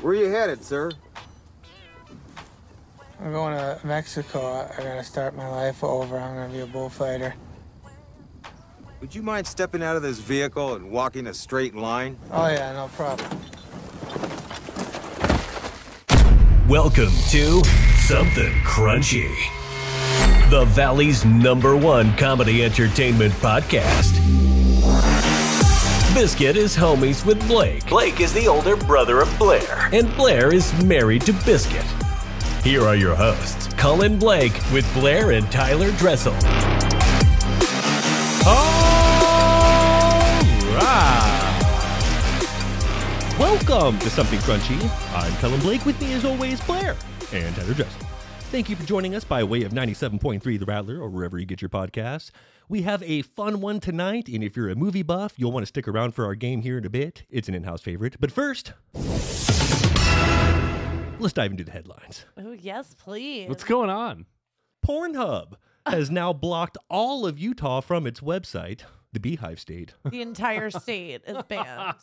Where are you headed, sir? I'm going to Mexico. I'm going to start my life over. I'm going to be a bullfighter. Would you mind stepping out of this vehicle and walking a straight line? Oh, yeah, no problem. Welcome to Something Crunchy, the Valley's number one comedy entertainment podcast. Biscuit is homies with Blake. Blake is the older brother of Blair. And Blair is married to Biscuit. Here are your hosts, Cullen Blake with Blair and Tyler Dressel. All right. Welcome to Something Crunchy. I'm Kellen Blake. With me, as always, Blair and Tyler Dressel. Thank you for joining us by way of 97.3 The Rattler or wherever you get your podcasts. We have a fun one tonight, and if you're a movie buff, you'll want to stick around for our game here in a bit. It's an in house favorite. But first, let's dive into the headlines. Oh, yes, please. What's going on? Pornhub has now blocked all of Utah from its website, the Beehive State. the entire state is banned.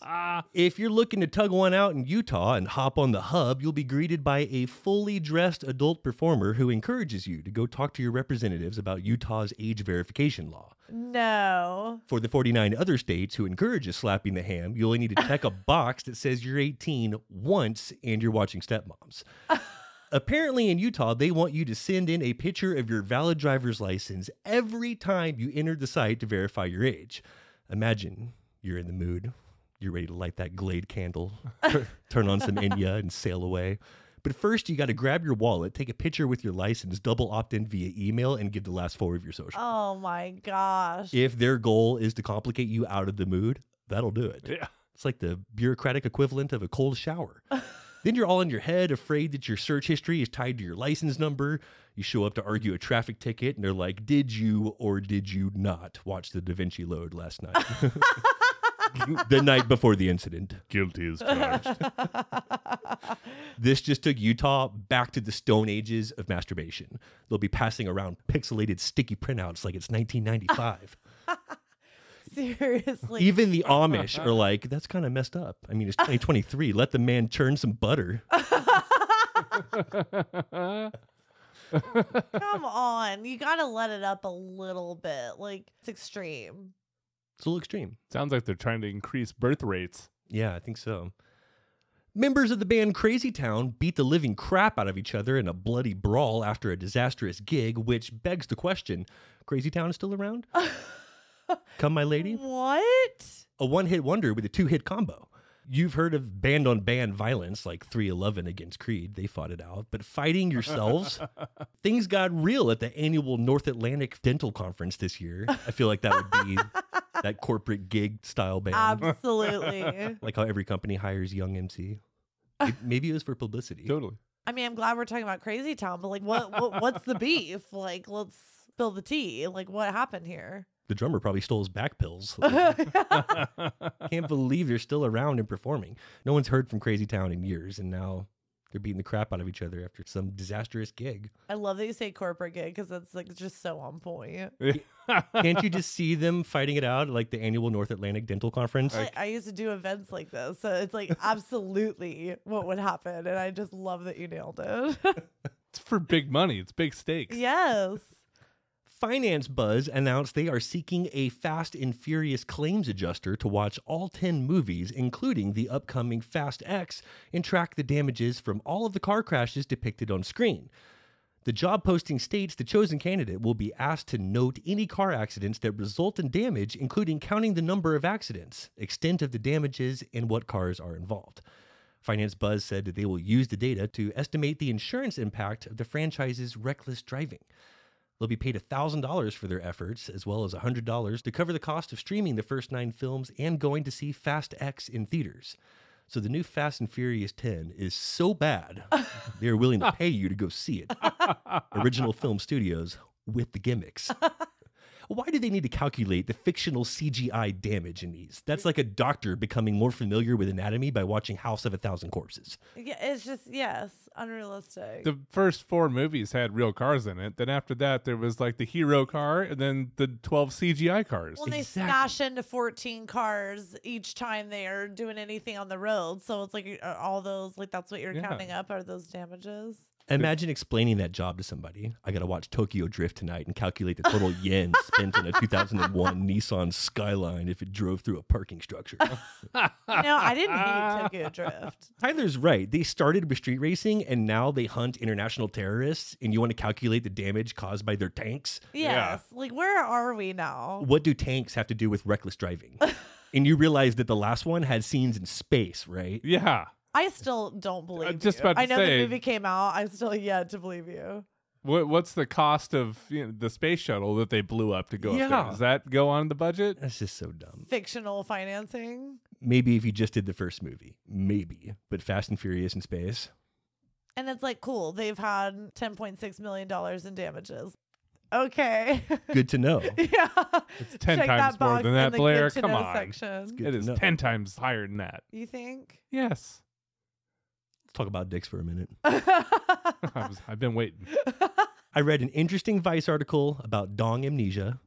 If you're looking to tug one out in Utah and hop on the hub, you'll be greeted by a fully dressed adult performer who encourages you to go talk to your representatives about Utah's age verification law. No. For the 49 other states who encourages slapping the ham, you only need to check a box that says you're 18 once and you're watching stepmoms. Apparently, in Utah, they want you to send in a picture of your valid driver's license every time you enter the site to verify your age. Imagine you're in the mood, you're ready to light that Glade candle, tur- turn on some Enya, and sail away. But first, you got to grab your wallet, take a picture with your license, double opt in via email, and give the last four of your social Oh my gosh. if their goal is to complicate you out of the mood, that'll do it. Yeah. It's like the bureaucratic equivalent of a cold shower. then you're all in your head, afraid that your search history is tied to your license number. You show up to argue a traffic ticket, and they're like, Did you or did you not watch the Da Vinci Load last night? the night before the incident. Guilty as charged. This just took Utah back to the stone ages of masturbation. They'll be passing around pixelated sticky printouts like it's 1995. Seriously. Even the Amish are like, that's kind of messed up. I mean, it's 2023. Let the man churn some butter. Come on. You got to let it up a little bit. Like, it's extreme. It's a little extreme. Sounds like they're trying to increase birth rates. Yeah, I think so. Members of the band Crazy Town beat the living crap out of each other in a bloody brawl after a disastrous gig, which begs the question Crazy Town is still around? Come, my lady? What? A one hit wonder with a two hit combo. You've heard of band on band violence like 311 against Creed. They fought it out. But fighting yourselves, things got real at the annual North Atlantic Dental Conference this year. I feel like that would be that corporate gig style band, Um, Absolutely. like how every company hires young MC. It- maybe it was for publicity. Totally. I mean, I'm glad we're talking about Crazy Town, but like, what, what what's the beef? Like, let's spill the tea. Like, what happened here? The drummer probably stole his back pills. That's Can't believe they're still around and performing. No one's heard from Crazy Town in years, and now they're beating the crap out of each other after some disastrous gig. I love that you say corporate gig because that's like just so on point. Can't you just see them fighting it out at like the annual North Atlantic Dental Conference? I, I used to do events like this, so it's like absolutely what would happen, and I just love that you nailed it. for big money. It's big stakes. yes, Finance Buzz announced they are seeking a Fast and Furious claims adjuster to watch all 10 movies, including the upcoming Fast X, and track the damages from all of the car crashes depicted on screen. The job posting states the chosen candidate will be asked to note any car accidents that result in damage, including counting the number of accidents, extent of the damages, and what cars are involved. Finance Buzz said that they will use the data to estimate the insurance impact of the franchise's reckless driving. They'll be paid $1,000 for their efforts, as well as $100 to cover the cost of streaming the first nine films and going to see Fast X in theaters. So the new Fast and Furious 10 is so bad, they're willing to pay you to go see it. Original Film Studios with the gimmicks. Why do they need to calculate the fictional CGI damage in these? That's like a doctor becoming more familiar with anatomy by watching House of a Thousand Corpses. Yeah, it's just yes, unrealistic. The first four movies had real cars in it. Then after that, there was like the hero car, and then the twelve CGI cars. well, and they Exactly. smash into 14 cars each time they are doing anything on the road. So it's like are all those, like, that's what you're Yeah. counting up are those damages. Imagine explaining that job to somebody. I got to watch Tokyo Drift tonight and calculate the total yen spent on a 2001 Nissan Skyline if it drove through a parking structure. No, I didn't hate Tokyo Drift. Tyler's right. They started with street racing and now they hunt international terrorists, and you want to calculate the damage caused by their tanks? Yes. Like, where are we now? What do tanks have to do with reckless driving? and you realize that the last one had scenes in space, right? yeah. I still don't believe just you. about to I know say- the movie came out. I still yet to believe you. What, what's the cost of you know, the space shuttle that they blew up to go up Yeah. there? Does that go on the budget? That's just so dumb. Fictional financing. Maybe if you just did the first movie, maybe, but Fast and Furious in space. And it's like, cool, they've had $10.6 million in damages. Okay. Good to know. yeah. It's ten Check times that more box than in that, the Blair. good to Come know on, Section. Good it to is know. ten times higher than that. You think? Yes, Talk about dicks for a minute. I was, I've been waiting. I read an interesting Vice article about dong amnesia.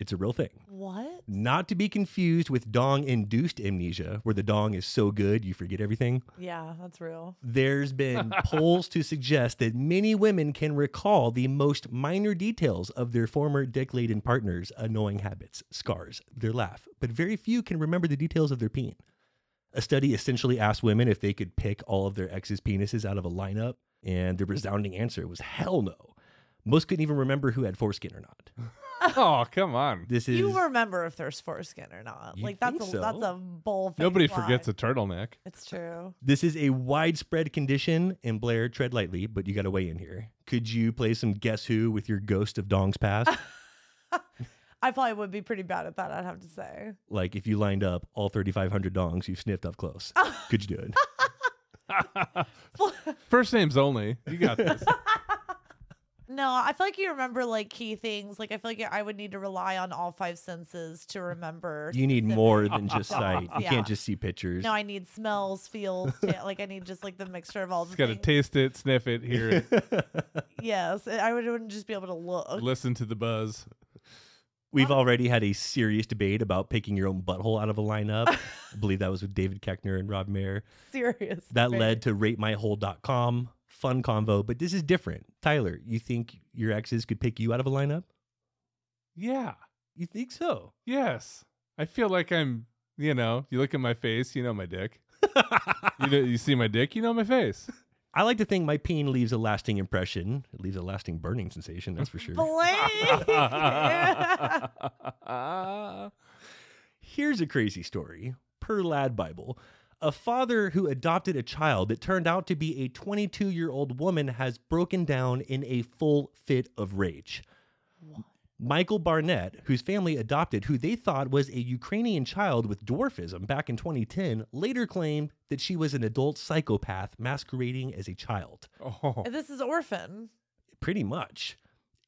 it's a real thing. what? Not to be confused with dong induced amnesia, where the dong is so good you forget everything. Yeah, that's real. There's been polls to suggest that many women can recall the most minor details of their former dick laden partner's annoying habits, scars, their laugh, but very few can remember the details of their peen. A study essentially asked women if they could pick all of their ex's penises out of a lineup, and the resounding answer was hell no. Most couldn't even remember who had foreskin or not. Oh, come on. This is You remember if there's foreskin or not. You like, that's a, think that's so? a bull Nobody forgets a turtleneck. It's true. This is a widespread condition, and Blair, tread lightly, but you got to weigh in here. Could you play some Guess Who with your Ghost of Dong's Past? I probably would be pretty bad at that, I'd have to say. like, if you lined up all 3,500 dongs you've sniffed up close, Oh. could you do it? First names only. You got this. No, I feel like you remember like key things. Like I feel like I would need to rely on all five senses to remember. You need specific- more than just sight. You Yeah. can't just see pictures. No, I need smells, feels. ta- like I need just like the mixture of all the Just got to things. taste it, sniff it, hear it, yes, I would, not just be able to look. listen to the buzz. We've already had a serious debate about picking your own butthole out of a lineup. I believe that was with David Keckner and Rob Mayer. Serious. That right? led to ratemyhole.com. Fun convo, but this is different. Tyler, you think your exes could pick you out of a lineup? Yeah. You think so? Yes. I feel like I'm, you know, you look at my face, you know my dick. you, know, you see my dick, you know my face. I like to think my peen leaves a lasting impression. It leaves a lasting burning sensation, that's for sure. Blake. Here's a crazy story. Per Lad Bible, a father who adopted a child that turned out to be a 22 year old woman has broken down in a full fit of rage. Michael Barnett, whose family adopted who they thought was a Ukrainian child with dwarfism back in 2010, later claimed that she was an adult psychopath masquerading as a child. oh. this is orphan. pretty much.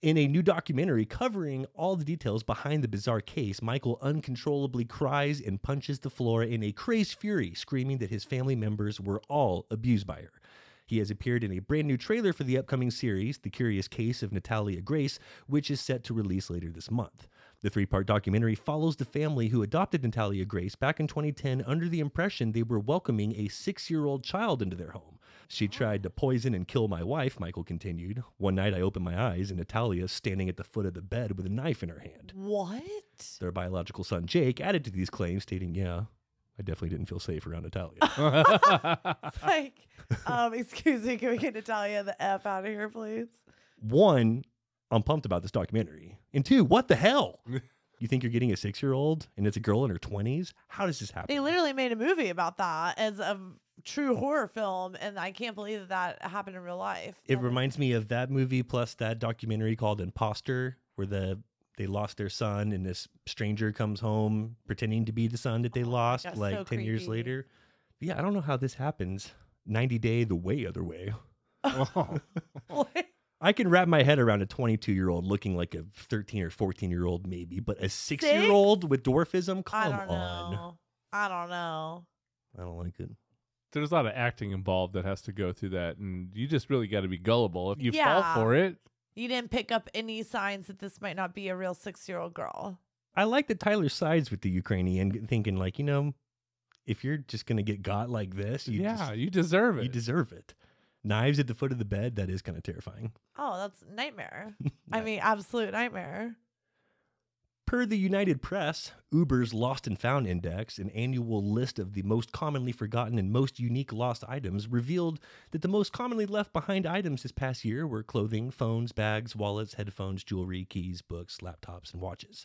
In a new documentary covering all the details behind the bizarre case, Michael uncontrollably cries and punches the floor in a crazed fury, screaming that his family members were all abused by her. He has appeared in a brand new trailer for the upcoming series, The Curious Case of Natalia Grace, which is set to release later this month. The three part documentary follows the family who adopted Natalia Grace back in 2010 under the impression they were welcoming a six year old child into their home. She tried to poison and kill my wife, Michael continued. One night I opened my eyes and Natalia is standing at the foot of the bed with a knife in her hand. What? Their biological son, Jake, added to these claims, stating, Yeah, I definitely didn't feel safe around Natalia. It's like, um, excuse me, can we get Natalia the F out of here, please? One, I'm pumped about this documentary. And two, what the hell? You think you're getting a six year old and it's a girl in her 20s? How does this happen? They literally made a movie about that as a true horror film, and I can't believe that that happened in real life. It That is- reminds me of that movie plus that documentary called Imposter, where the they lost their son and this stranger comes home pretending to be the son that they lost gosh, like Oh, so 10 years creepy. later. Yeah, I don't know how this happens. 90 Day the Way Other Way. Oh. Like, I can wrap my head around a 22 year old looking like a 13 or 14 year old, maybe, but a six year old with dwarfism? I Come don't on. know. I don't know. I don't like it. There's a lot of acting involved that has to go through that, and you just really got to be gullible. If you Yeah. fall for it, You didn't pick up any signs that this might not be a real six year old girl. I like that Tyler sides with the Ukrainian, thinking, like, you know, if you're just going to get got like this, you, yeah, just, you deserve it. you deserve it. Knives at the foot of the bed, that is kind of terrifying. Oh, that's nightmare. I mean, absolute nightmare. Per the United Press, Uber's Lost and Found Index, an annual list of the most commonly forgotten and most unique lost items, revealed that the most commonly left behind items this past year were clothing, phones, bags, wallets, headphones, jewelry, keys, books, laptops, and watches.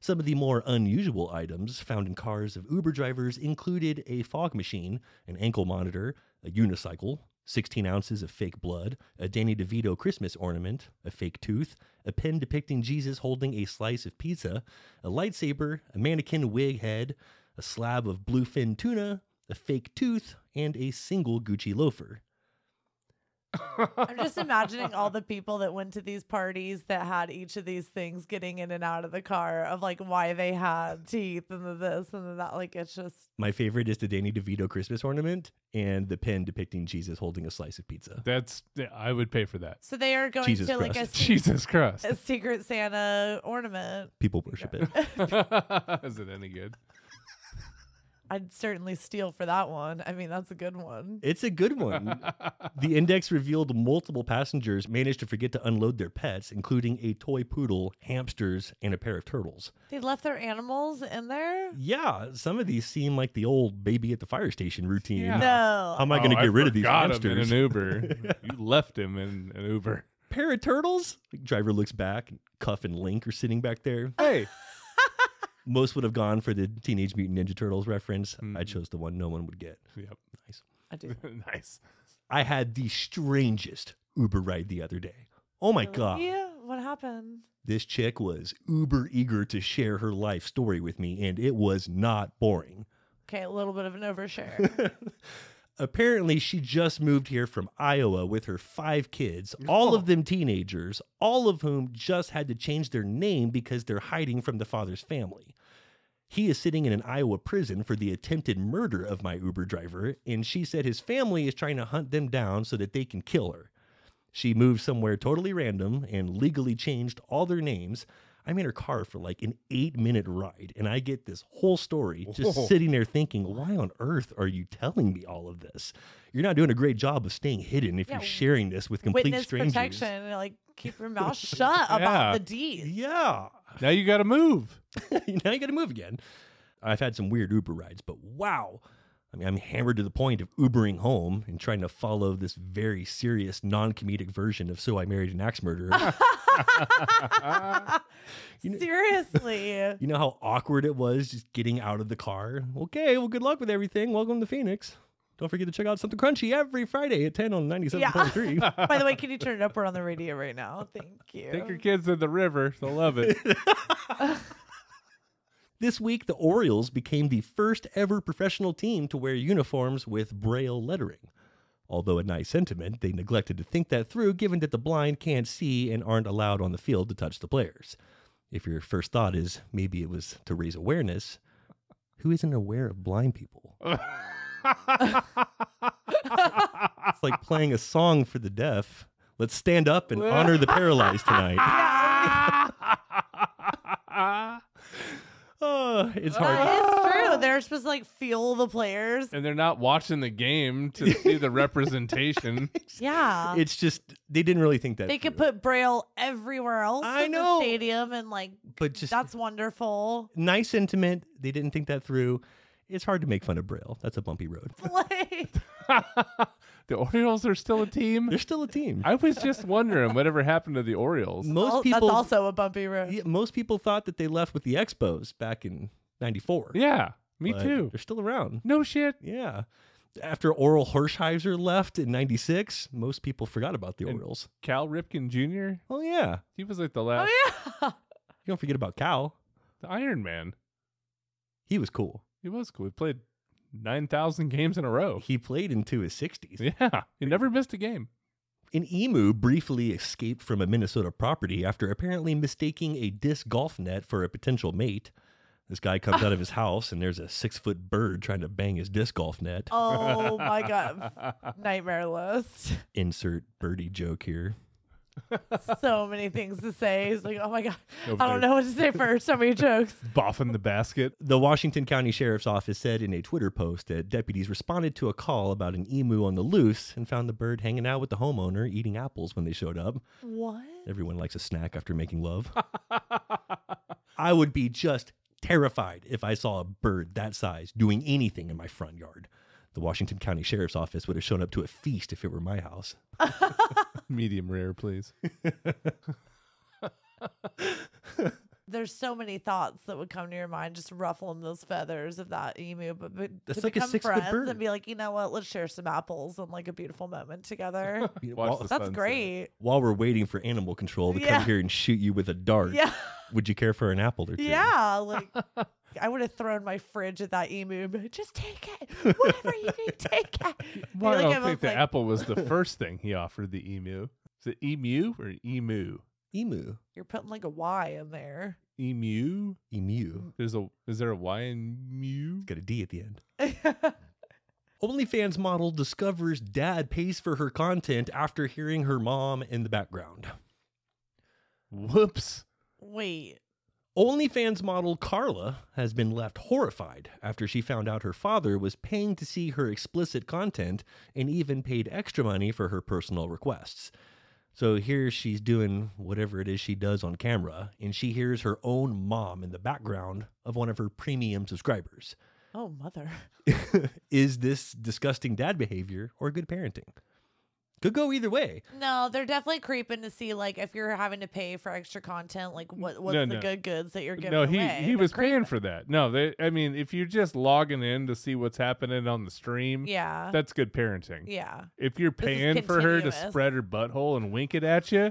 Some of the more unusual items found in cars of Uber drivers included a fog machine, an ankle monitor, a unicycle, 16 ounces of fake blood, a Danny DeVito Christmas ornament, a fake tooth, a pen depicting Jesus holding a slice of pizza, a lightsaber, a mannequin wig head, a slab of bluefin tuna, a fake tooth, and a single Gucci loafer. I'm just imagining all the people that went to these parties that had each of these things getting in and out of the car of like why they had teeth and the this and the that. Like it's just My favorite is the Danny DeVito Christmas ornament and the pen depicting Jesus holding a slice of pizza. That's yeah, I would pay for that. so they are going Jesus to like a, Christ. se- Jesus Christ. a secret Santa ornament. People worship it. Is it any good? I'd certainly steal for that one. I mean, that's a good one. It's a good one. The index revealed multiple passengers managed to forget to unload their pets, including a toy poodle, hamsters, and a pair of turtles. They left their animals in there. Yeah, some of these seem like the old baby at the fire station routine. Yeah. No, How am I going to Oh, get rid of these forgot him in hamsters? an Uber. you left him in an Uber. Pair of turtles? Driver looks back. Cuff and Link are sitting back there. Hey, Most would have gone for the Teenage Mutant Ninja Turtles reference. I Mhm. chose the one no one would get. yep, I do. nice. I had the strangest Uber ride the other day. Oh my God. Yeah, what happened? This chick was uber eager to share her life story with me, and it was not boring. Okay, a little bit of an overshare. Apparently, she just moved here from Iowa with her five kids, all of them teenagers, all of whom just had to change their name because they're hiding from the father's family. He is sitting in an Iowa prison for the attempted murder of my Uber driver, and she said his family is trying to hunt them down so that they can kill her. She moved somewhere totally random and legally changed all their names. I'm in her car for like an eight minute ride, and I get this whole story just Whoa. sitting there thinking, why on earth are you telling me all of this? You're not doing a great job of staying hidden if Yeah, you're sharing this with complete Witness strangers. protection. Like keep your mouth shut Yeah. about the deed. Yeah. Now you got to move. now you got to move again. I've had some weird Uber rides, but wow. I mean, I'm hammered to the point of Ubering home and trying to follow this very serious, non comedic version of So I Married an Axe Murderer. You know- Seriously. you know how awkward it was just getting out of the car? Okay, well, good luck with everything. Welcome to Phoenix. Don't forget to check out Something Crunchy every Friday at 10 on 97.3. By the way, can you turn it up? We're on the radio right now. Thank you. Take your kids to the river. They'll love it. This week, the Orioles became the first ever professional team to wear uniforms with braille lettering. Although a nice sentiment, they neglected to think that through given that the blind can't see and aren't allowed on the field to touch the players. If your first thought is maybe it was to raise awareness, who isn't aware of blind people? It's like playing a song for the deaf. Let's stand up and honor the paralyzed tonight. Uh, it's hard. That is true. They're supposed to like feel the players. and they're not watching the game to see the representation. Yeah. It's just they didn't really think that. they could through. put braille everywhere else I in the know. stadium and like but just that's wonderful. nice sentiment. They didn't think that through. It's hard to make fun of Braille. That's a bumpy road. Like the Orioles are still a team. They're still a team. I was just wondering whatever happened to the Orioles. Most al- people, oh, that's also a bumpy road. yeah, most people thought that they left with the Expos back in '94. Yeah, me but too. They're still around. No shit. Yeah. After Oral Hershiser left in '96, most people forgot about the And- Orioles. Cal Ripken Jr. Oh yeah, He was like the last Oh yeah. you don't forget about Cal. the Iron Man. He was cool. He was cool. He played nine thousand games in a row. He played into his 60s. Yeah, he never missed a game. An emu briefly escaped from a Minnesota property after apparently mistaking a disc golf net for a potential mate. This guy comes out of his house and there's a six foot bird trying to bang his disc golf net. Oh my god, nightmare list. Insert birdie joke here. So many things to say. He's like, oh my god, Over I don't there. know what to say first. So many jokes. Boffin the basket. The Washington County Sheriff's Office said in a Twitter post that deputies responded to a call about an emu on the loose and found the bird hanging out with the homeowner eating apples when they showed up. What? Everyone likes a snack after making love. I would be just terrified if I saw a bird that size doing anything in my front yard. The Washington County Sheriff's Office would have shown up to a feast if it were my house. Medium rare, please. There's so many thoughts that would come to your mind, just ruffling those feathers of that emu. But, but That's to like a become six-foot friends bird. and be like, you know what? Let's share some apples and like a beautiful moment together. Watch the That's sunset. great. While we're waiting for animal control to come Yeah. here and shoot you with a dart, Yeah. would you care for an apple or two? Yeah, like I would have thrown my fridge at that emu. and be like, Just take it, whatever you need, take it. Be Well, I like, don't I'm think the like- apple was the first thing he offered the emu. Is it emu or emu? Emu. You're putting like a Y in there. Emu? Emu. There's a is there a Y in mu? It's got a D at the end. That's OnlyFans model discovers dad pays for her content after hearing her mom in the background. Whoops. Wait, OnlyFans model Carla has been left horrified after she found out her father was paying to see her explicit content and even paid extra money for her personal requests. So here she's doing whatever it is she does on camera, and she hears her own mom in the background of one of her premium subscribers. oh mother, is this disgusting dad behavior or good parenting? Could go either way. no, they're definitely creeping to see like if you're having to pay for extra content, like what what's No, the no. good goods that you're giving No, he away. he They're was paying creeping. for that. No, they I mean, if you're just logging in to see what's happening on the stream, Yeah, that's good parenting. yeah. If you're This is paying for her to continuous. spread her butthole and wink it at you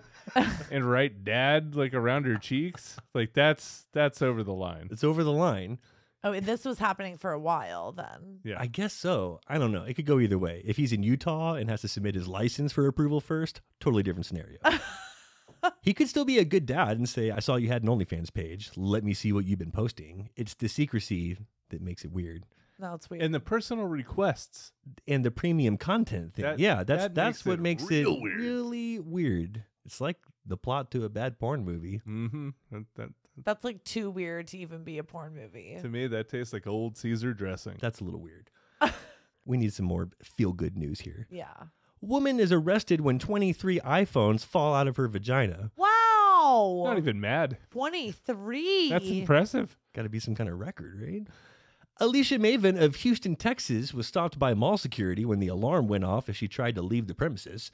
and write dad like around her cheeks, like that's that's over the line. It's over the line. Oh, this was happening for a while then. Yeah. I guess so. I don't know. It could go either way. If he's in Utah and has to submit his license for approval first, totally different scenario. he could still be a good dad and say, I saw you had an OnlyFans page. Let me see what you've been posting. It's the secrecy that makes it weird. No, it's weird. and the personal requests. And the premium content thing. That- yeah, that's that that's makes what it makes real it weird. really weird. It's like the plot to a bad porn movie. Mm-hmm. That, that, That's like too weird to even be a porn movie. to me, that tastes like old Caesar dressing. That's a little weird. we need some more feel good news here. Yeah. Woman is arrested when 23 iPhones fall out of her vagina. Wow. Not even mad. 23. That's impressive. Got to be some kind of record, right? Alicia Maven of Houston, Texas was stopped by mall security when the alarm went off as she tried to leave the premises.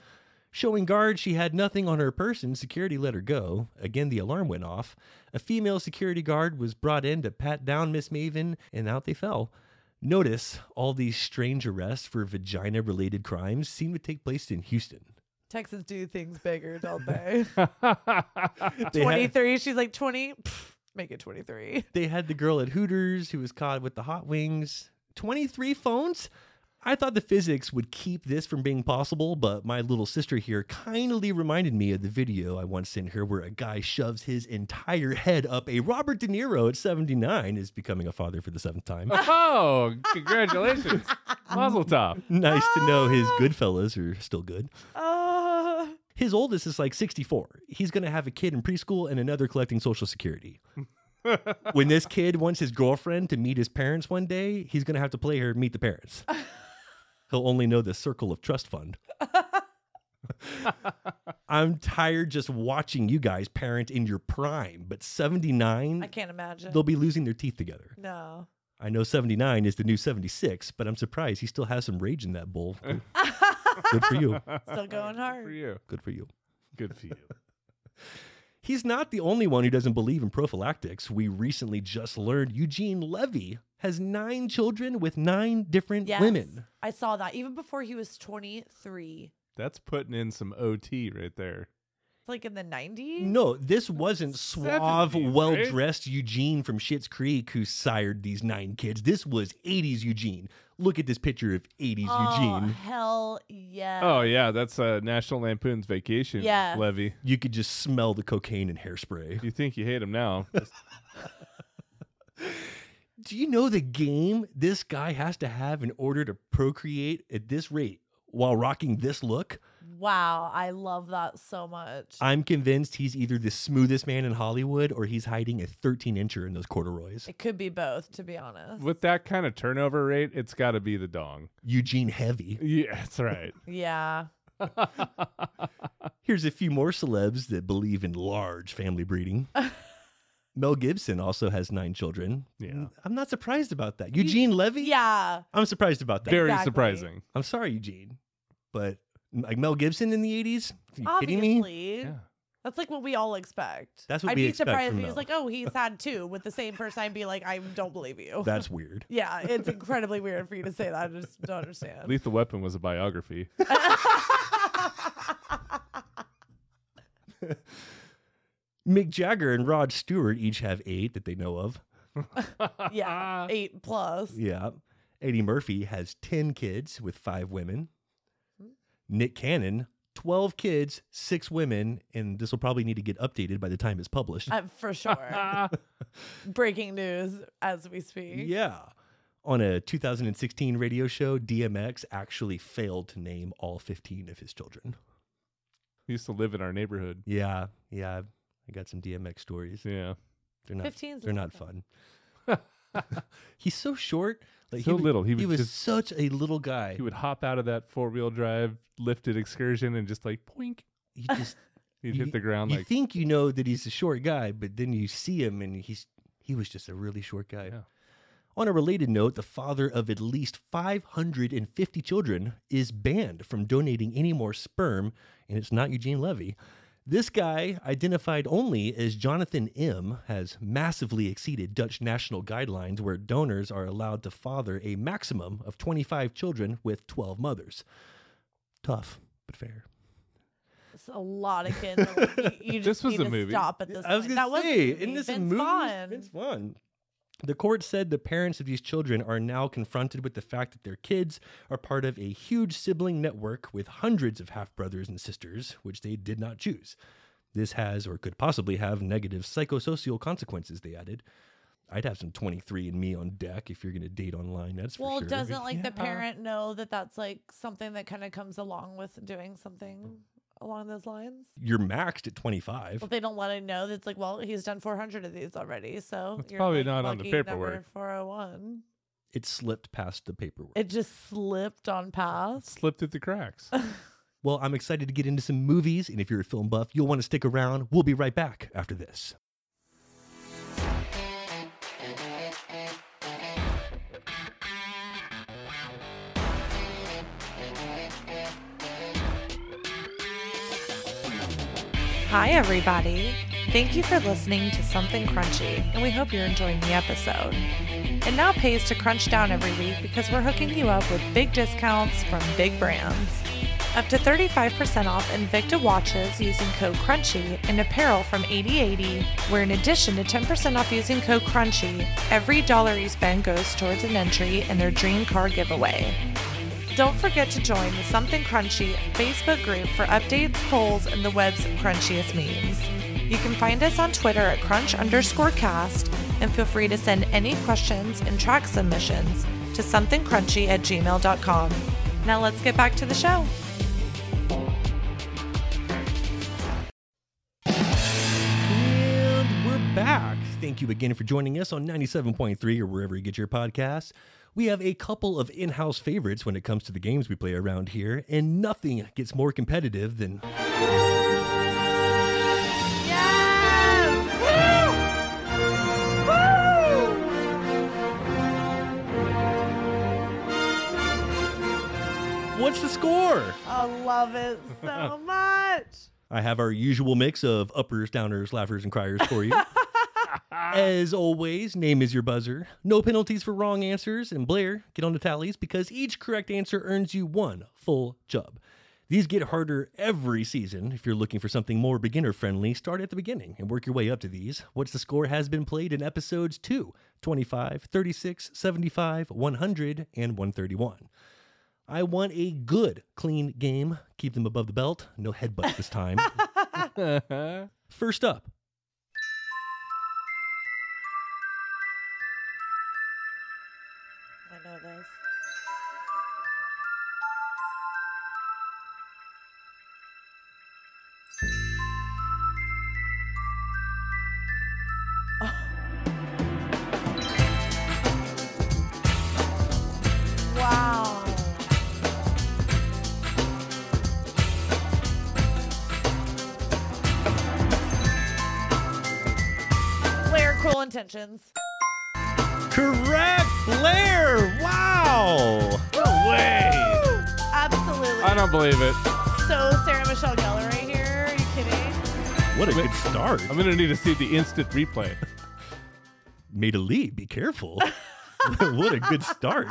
Showing guard she had nothing on her person, security let her go. Again, the alarm went off. A female security guard was brought in to pat down Miss Maven, and out they fell. Notice all these strange arrests for vagina related crimes seem to take place in Houston. Texans do things bigger, don't they? They had- 23. She's like 20. Pff, make it 23. They had the girl at Hooters who was caught with the hot wings. 23 phones? I thought the physics would keep this from being possible, but my little sister here kindly reminded me of the video I once sent her where a guy shoves his entire head up a Robert De Niro at 79 is becoming a father for the seventh time. oh, congratulations. Mazel tov. nice to know his good fellas are still good. Uh, His oldest is like 64. He's going to have a kid in preschool and another collecting Social Security. when this kid wants his girlfriend to meet his parents one day, he's going to have to play her meet the parents. He'll only know the circle of trust fund. I'm tired just watching you guys parent in your prime, but 79, I can't imagine. they'll be losing their teeth together. No. I know 79 is the new 76, but I'm surprised he still has some rage in that bull. Good for you. Still going Good for hard. you. Good for you. Good for you. He's not the only one who doesn't believe in prophylactics. We recently just learned Eugene Levy has nine children with nine different Yes. women. I saw that even before he was 23. That's putting in some OT right there. It's like in the 90s? No, this wasn't suave, 70s, well right? dressed Eugene from Schitt's Creek who sired these nine kids. This was 80s Eugene. Look at this picture of 80s Oh, Eugene. hell yeah. Oh yeah, that's uh, National Lampoon's Vacation Yes. levy. You could just smell the cocaine and hairspray. You think you hate him now? Do you know the game this guy has to have in order to procreate at this rate while rocking this look? Wow. I love that so much. I'm convinced he's either the smoothest man in Hollywood or he's hiding a 13 incher in those corduroys. it could be both, to be honest. With that kind of turnover rate, it's got to be the dong. Eugene Heavy. Yeah, that's right. yeah. Here's a few more celebs that believe in large family breeding. Mel Gibson also has nine children. Yeah. I'm not surprised about that. Eugene Levy? Yeah. I'm surprised about that. Very Exactly. surprising. I'm sorry, Eugene. But like Mel Gibson in the 80s? Are you kidding me? Obviously. Yeah. That's like what we all expect. That's what I'd we be expect surprised from if he Mel. was like, oh, he's had two with the same person. I'd be like, I don't believe you. That's weird. yeah, it's incredibly weird for you to say that. I just don't understand. Lethal Weapon was a biography. Mick Jagger and Rod Stewart each have eight that they know of. yeah, eight plus. Yeah. Eddie Murphy has 10 kids with five women. Nick Cannon, 12 kids, six women. And this will probably need to get updated by the time it's published. Uh, for sure. Breaking news as we speak. Yeah. On a 2016 radio show, DMX actually failed to name all 15 of his children. He used to live in our neighborhood. Yeah. Yeah. I got some DMX stories. Yeah. They're not 15's they're not fun. He's so short. Like So was- little. He He was was just- such a little guy. He would hop out of that four wheel drive lifted excursion and just like poink. He just He'd You- hit the ground you like think you know that he's a short guy, but then you see him and he's he was just a really short guy. Yeah. On a related note, the father of at least 550 children is banned from donating any more sperm, and it's not Eugene Levy. This guy, identified only as Jonathan M, has massively exceeded Dutch national guidelines where donors are allowed to father a maximum of 25 children with 12 mothers. Tough, but fair. It's a lot of kids. You- you just This was need a to movie. Stop at this I was point. gonna That was say, a isn't movie. this a Vince movie? Vaughn. Vince Vaughn. The court said the parents of these children are now confronted with the fact that their kids are part of a huge sibling network with hundreds of half brothers and sisters, which they did not choose. This has or could possibly have negative psychosocial consequences, they added. I'd have some 23andMe on deck if you're going to date online, that's for Well, sure. doesn't like the Yeah. parent know that that's like something that kind of comes along with doing something along those lines? You're maxed at 25. Well, they don't let it know. That's like, well, he's done 400 of these already, so It's you're, probably like, not on the lucky number paperwork. 401. It slipped past the paperwork. It just slipped on past. slipped through the cracks. Well, I'm excited to get into some movies, and if you're a film buff, you'll want to stick around. We'll be right back after this. Hi, everybody. Thank you for listening to Something Crunchy, and we hope you're enjoying the episode. It now pays to crunch down every week because we're hooking you up with big discounts from big brands. Up to 35% off Invicta watches using code CRUNCHY and apparel from 8080, where in addition to 10% off using code CRUNCHY, every dollar you spend goes towards an entry in their dream car giveaway. Don't forget to join the Something Crunchy Facebook group for updates, polls, and the web's crunchiest memes. You can find us on Twitter at crunch underscore cast and feel free to send any questions and track submissions to somethingcrunchy at gmail.com. Now let's get back to the show. And we're back. Thank you again for joining us on 97.3 or wherever you get your podcasts. We have a couple of in house favorites when it comes to the games we play around here, and nothing gets more competitive than What's the score? I love it so much. I have our usual mix of uppers, downers, laughers, and criers for you. As always, name is your buzzer. No penalties for wrong answers. And Blair, get on the tallies because each correct answer earns you one full chub. These get harder every season. If you're looking for something more beginner friendly, start at the beginning and work your way up to these. What's the Score has been played in episodes 2, 25, 36, 75, 100, and 131. I want a good, clean game. Keep them above the belt. No headbutt this time. First up, I know this. Oh. Wow. Blair, Cruel Intentions. correct, Blair. Wow. No way. Woo! Absolutely. I don't believe it. So Sarah Michelle Gellar right here. Are you kidding? What a good start. I'm gonna need to see the instant replay. Made a lead. Be careful. what a good start.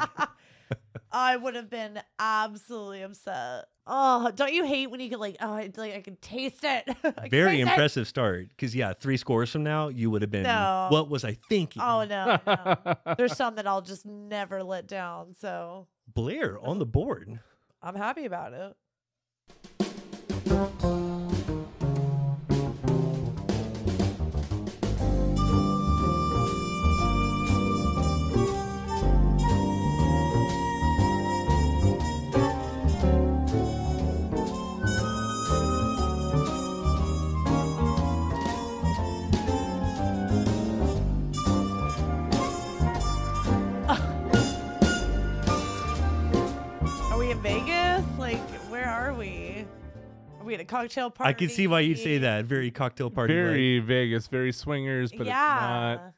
I would have been absolutely upset. Oh, don't you hate when you can like, oh, I, like I can taste it. I can Very taste it. impressive start. Because, yeah, three scores from now, you would have been, No. what was I thinking? Oh no, no. There's some that I'll just never let down. So Blair on the board. I'm happy about it. Are we in Vegas? Like, where are we? Are we at a cocktail party? I can see why you'd say that. Very cocktail party. like, very Vegas, very swingers, but yeah,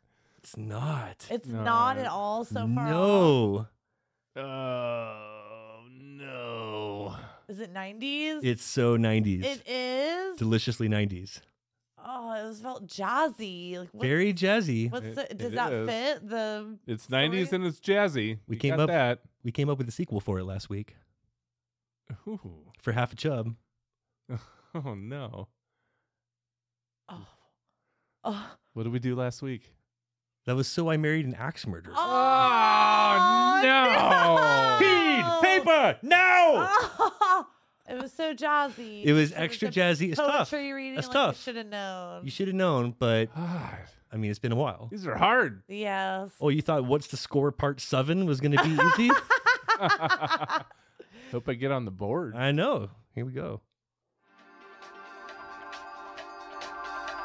It's not. it's not, at No. all so far. off. no. it's not. Oh no! is it 90s? It's so 90s. It is. Deliciously 90s. Oh, it was felt jazzy. Like what, Very jazzy. What's It- the, does it that is. fit the? It's story? 90s and it's jazzy. We You came got up- that. We came up with a sequel for it last week Ooh. for half a chub. Oh no! Oh. Oh. What did we do last week? That was So I Married an Axe Murderer. Oh, no. no. now! Oh, it was so jazzy. It was It extra a jazzy. It's tough. Poetry reading. It's like tough. You should have known. You should have known, but God, I mean, it's been a while. Ah, these are hard. yes. Oh, you thought What's the Score Part 7 was going to be easy? Hope I get on the board. I know. Here we go.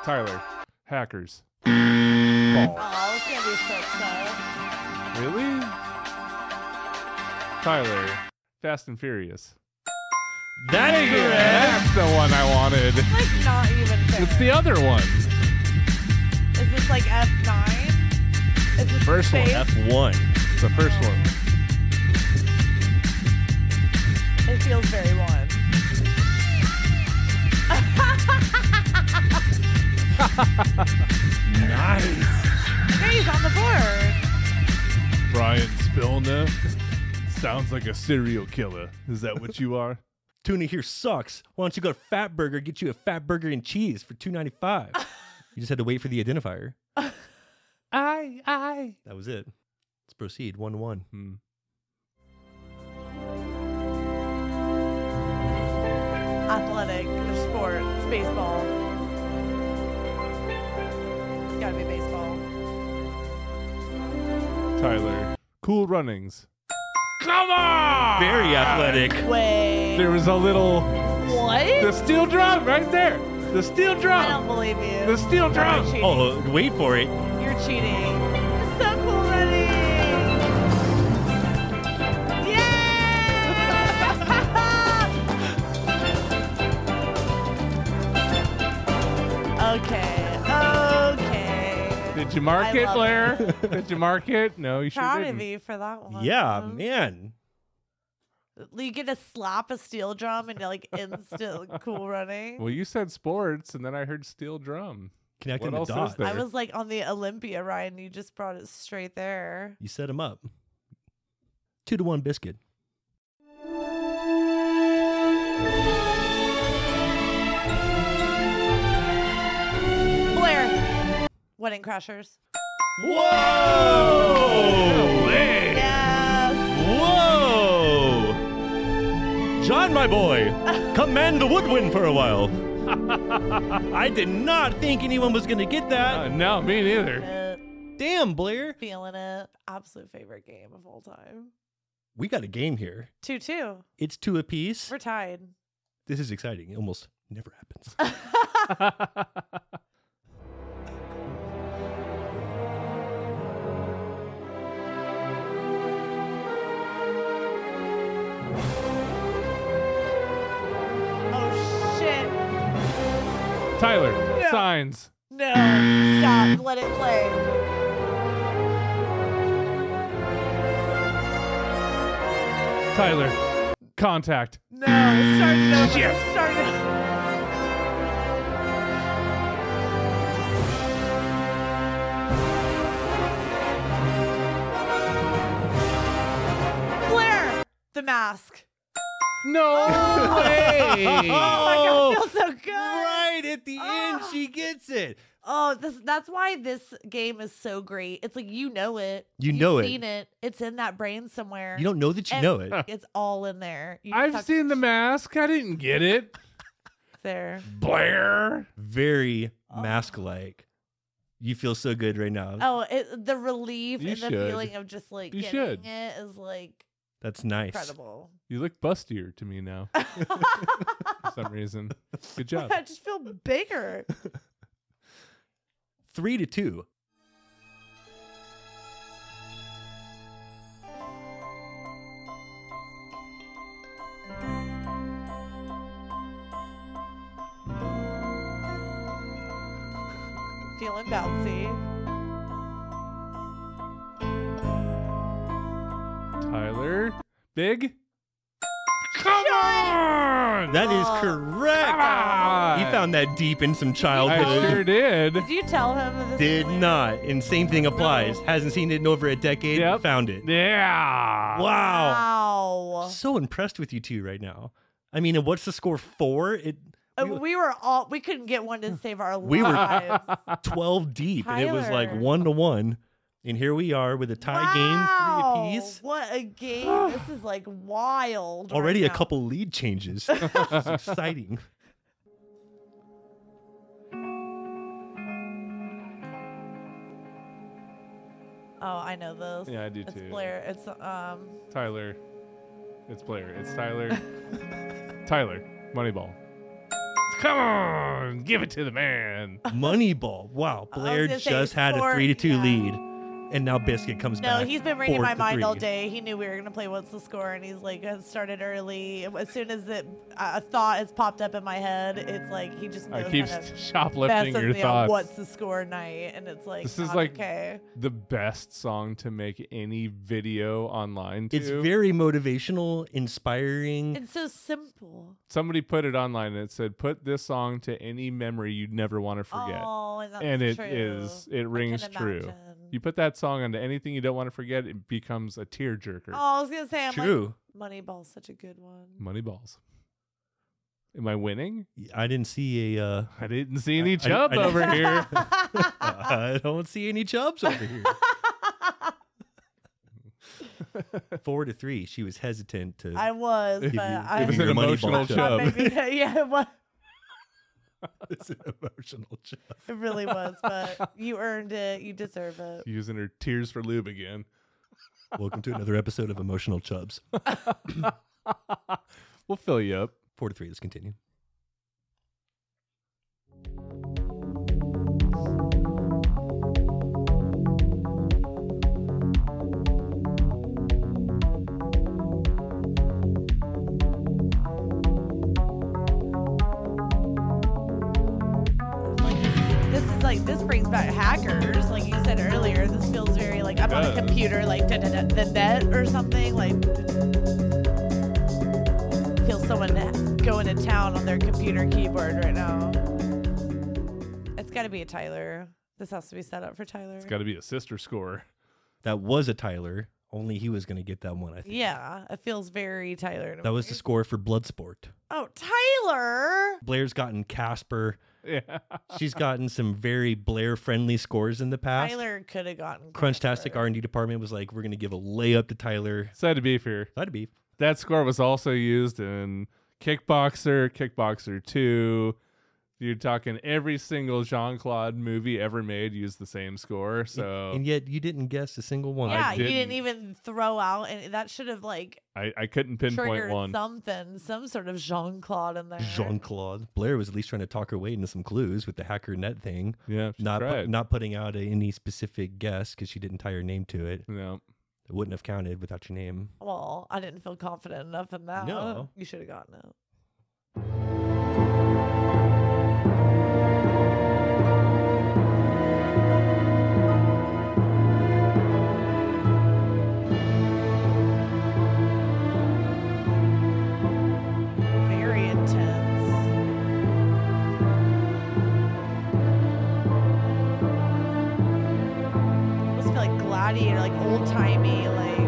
Tyler, hackers. Oh, I was gonna be so upset. Really? Tyler, Fast and Furious. That is correct. That's the one I wanted. Like not even fair. It's the other one. Is this like F nine? Is this First one, space? F1. It's the first one. It feels very warm. Nice. Hey, he's on the board. Brian Spilna. Sounds like a serial killer. Is that what you are? Tuna here sucks. Why don't you go to Fat Burger, get you a Fat Burger and cheese for two ninety five? you just had to wait for the identifier. I, I. That was it. Let's proceed. One one. Hmm. Athletic, or sport, it's baseball. It's gotta be baseball. Tyler, cool runnings. Come on! Very Ah. athletic. Wait. There was a little. what? The steel drum right there. The steel I don't drum. believe you. The steel You're drum. cheating. Oh, wait for it. You're cheating. It's so cool, running. Yeah! okay. Okay. Oh, Did you mark I it, love Blair? Did you mark it? No, you should. Proud of you for that one. Yeah, man. You get to slap a steel drum and like instant cool running. Well, you said sports, and then I heard steel drum. Connecting What the else dots. is I there? was like on the Olympia, Ryan. You just brought it straight there. You set him up. Two to one biscuit. Wedding Crashers. Whoa! Yes. Whoa! Oh! John, my boy, command the woodwind for a while. I did not think anyone was going to get that. Uh, no, me neither. It, Damn, Blair. feeling it. Absolute favorite game of all time. We got a game here. 2 2. It's two apiece. We're tied. This is exciting. It almost never happens. Oh, shit. Tyler, signs. No. Stop. Let it play. Tyler, contact. No. Start it over. Start it Blair, The mask. No. Oh, Oh, I feel so good. right at the end, Ah. she gets it. Oh, this, that's why this game is so great. It's like you know it. You You've know it. seen it. It's in that brain somewhere. You don't know that you And- know it. It's all in there. You I've tucked seen the mask. I didn't get it. it there. Blair. Very mask like. You feel so good right now. Oh, it, the relief You and the should. feeling of just like You getting should. it is like That's nice. incredible. You look bustier to me now for some reason. Good job. I just feel bigger. Three to two. Feeling bouncy. Tyler, big. Come on. That is Oh, Come correct. on. He found that deep in some Ah. I sure childhood. did. Did you tell him of this? Did feeling? not. And same thing applies. Hasn't seen it in over a decade. Yep. Found it. Yeah. Wow. Wow. So impressed with you two right now. I mean, and what's the score? Four? It Uh, we were- we were all we couldn't get one to save our We were- lives. 12 deep. And it was like Tyler. one to one. And here we are with a tie game, three apiece. What a game. this is like wild. right Already a now. couple lead changes. It's exciting. Oh, I know those. Yeah, I do it's too. Blair. It's um Tyler. It's Blair. It's Tyler. Tyler. Moneyball. Come on. Give it to the man. Moneyball. Wow. I was Blair gonna say just had a sport, three to two yeah. lead. And now Biscuit comes No, back. he's been ringing four my to mind all three. day. He knew we were gonna play What's the Score, and he's like, it started early. As soon as it, a thought has popped up in my head, it's like he just I knows keep how to mess shoplifting with your me on thoughts. What's the Score night, and it's like This is not like- okay. the best song to make any video online to. It's very motivational, inspiring. It's so simple. Somebody put it online and it said, "Put this song to any memory you'd never want to forget," Oh, and, that's and it is true. I it can rings true. imagine. You put that song onto anything you don't want to forget, it becomes a tearjerker. Oh, I was gonna say, I'm True. like, Moneyball's such a good one. Money balls. Am I winning? I didn't see a. Uh, I didn't see any I- chub I- over here. I don't see any chubs over here. Four to three. She was hesitant to. I was, If but you- I it was Your an Moneyball emotional chub. chub. Maybe, yeah, it was. it's an emotional chub. It really was, but you earned it. You deserve it. Using her tears for lube again. Welcome to another episode of Emotional Chubs. We'll fill you up. Four to three. Let's continue. Like, this is like this brings back hackers, like you said earlier. This feels very like I'm on a does. computer, like da da da the net or something. Like feel someone going to town on their computer keyboard right now. It's got to be a Tyler. This has to be set up for Tyler. It's got to be a sister score. That was a Tyler. Only he was going to get that one, I think. Yeah, it feels very Tyler. to That was the me. score for Bloodsport. Oh, Tyler. Blair's gotten Casper. Yeah. She's gotten some very Blair friendly scores in the past. Tyler could have gotten Crunchtastic Casper. R and D department was like, we're gonna give a layup to Tyler. Sad to be here. That'd be That score was also used in Kickboxer, Kickboxer 2. You're talking every single Jean Claude movie ever made used the same score. So and yet you didn't guess a single one. Yeah, you didn't. didn't even throw out, and that should have like I, I couldn't pinpoint triggered one. something, some sort of Jean Claude in there. Jean Claude. Blair was at least trying to talk her way into some clues with the hacker net thing. Yeah, she Not pu- tried. not putting out a, any specific guess because she didn't tie her name to it. no. It wouldn't have counted without your name. Well, I didn't feel confident enough in that. No. you should have gotten it. Very intense. Must feel like Gladiator, like old timey, like.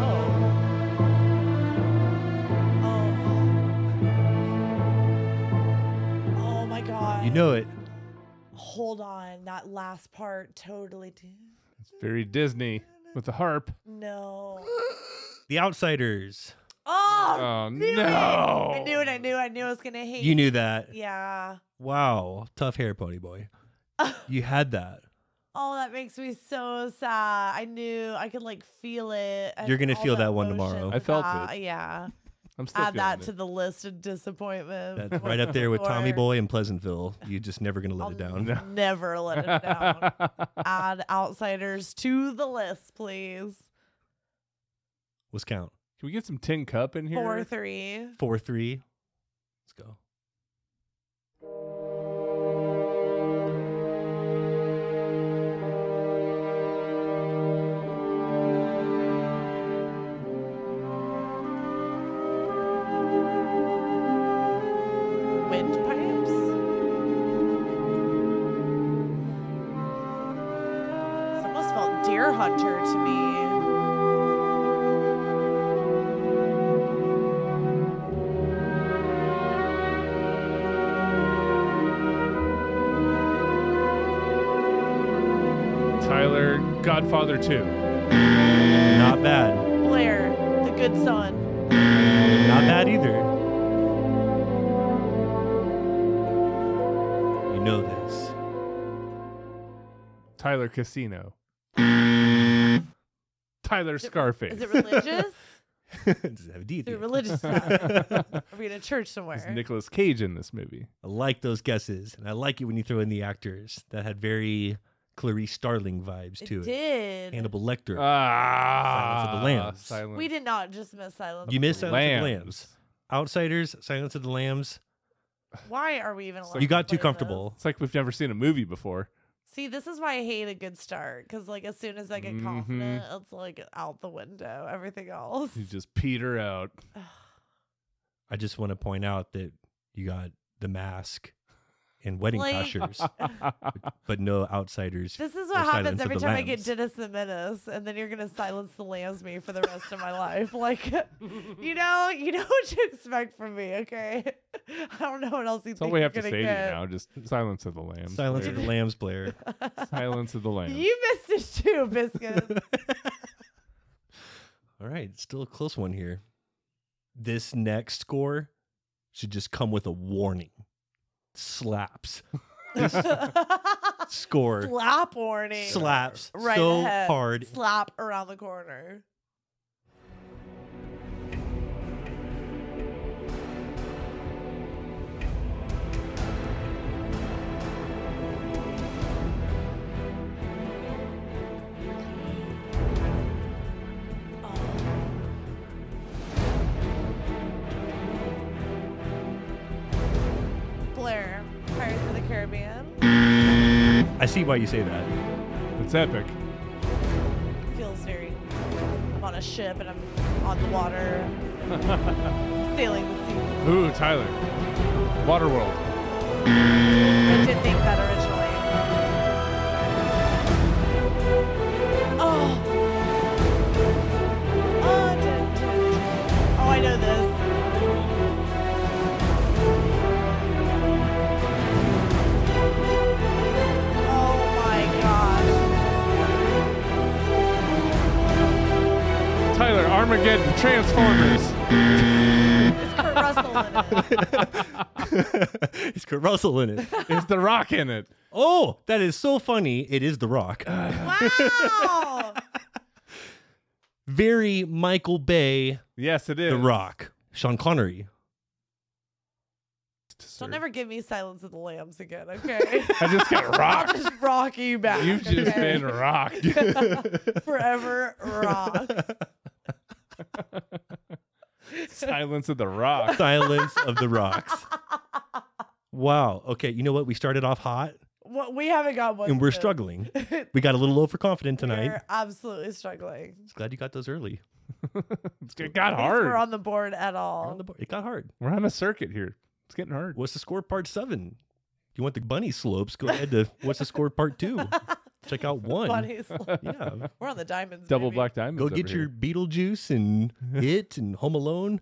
Oh. Oh. Oh my god. You know it. Hold on, that last part totally. T- It's very Disney with the harp. no. The Outsiders. Oh. Oh, knew it. no. I knew it. I knew. I knew I was gonna hate. You knew that. Yeah. Wow, tough hair, Pony Boy. you had that. Oh, that makes me so sad. I knew I could like feel it. and You're gonna all feel the that one emotion tomorrow. I felt that- it. Yeah. I'm still Add that to feeling the list of disappointment. That's right up there with Tommy before- Boy and Pleasantville. You're just never gonna let it I'll down. Never let it down. it. add outsiders to the list, please. Let's count. Can we get some tin cup in here? Four, three. Four three. Let's go. Windpipes. This almost felt deer hunter to me. Tyler, Godfather 2. Not bad. Blair, the good son. Not bad either. You know this. Tyler Casino. Tyler it- Scarface. Is it religious? Does it have a D at the Through end? religious stuff. Are we in a church Is somewhere? Nicolas Cage in this movie? I like those guesses, and I like it when you throw in the actors that had very Clarice Starling vibes it to it. did. Hannibal Lecter. Uh, Ah, of the Lambs. Silence. We did not just miss Silence. you of missed the Silence of the Lambs. Outsiders, Silence of the Lambs. Lambs. Why are we even allowed You got to too play comfortable. this? It's like we've never seen a movie before. See, this is why I hate a good start. Because, like, as soon as I get Mhm. confident, it's like out the window. Everything else. You just peter out. I just want to point out that you got the mask and wedding Like- crashers, but no outsiders. This is or what Silence happens of every the time I get Lambs. Dennis the Menace, and then you're gonna silence the lambs me for the rest of my life. Like, you know, you know what you expect from me. Okay, I don't know what else you That's all think we you're have to gonna say to you get. now. Just Silence of the Lambs. Silence of the Blair. Lambs, Blair. Silence of the Lambs. You missed it too, Biscuit. All right, still a close one here. This next score should just come with a warning. Slaps. Score Slap warning. slaps Right so ahead. hard. Slap around the corner. Oh. Blair, Pirates of the Caribbean. I see why you say that. It's epic. feels very I'm on a ship and I'm on the water sailing the seas. Ooh, Tyler. Waterworld. I did think that originally. Oh. Oh, Oh Tyler, Armageddon, Transformers. It's Kurt Russell in it. It's Kurt Russell in it. Is The Rock in it? Oh, that is so funny. It is The Rock. Wow. Very Michael Bay, Yes, it is. The Rock. Sean Connery. Don't ever give me Silence of the Lambs again, okay? I just got I'll rocked. just rock you back. You've just okay? been rocked. forever rock. Silence of the Rock. Silence of the Rocks. Wow. Okay. You know what? We started off hot What we haven't got one. and we're since. struggling. We got a little overconfident tonight. We're absolutely struggling. It's glad you got those early. It got At least hard. We're on the board at We're all. on the board. It got hard. We're on a circuit here. It's getting hard. What's the score part seven? If you want the bunny slopes, go ahead to what's the score part two? Check out one. Bunnies. Yeah. We're on the diamonds. Double baby. black diamonds. Go over get your here. Beetlejuice and It and Home Alone.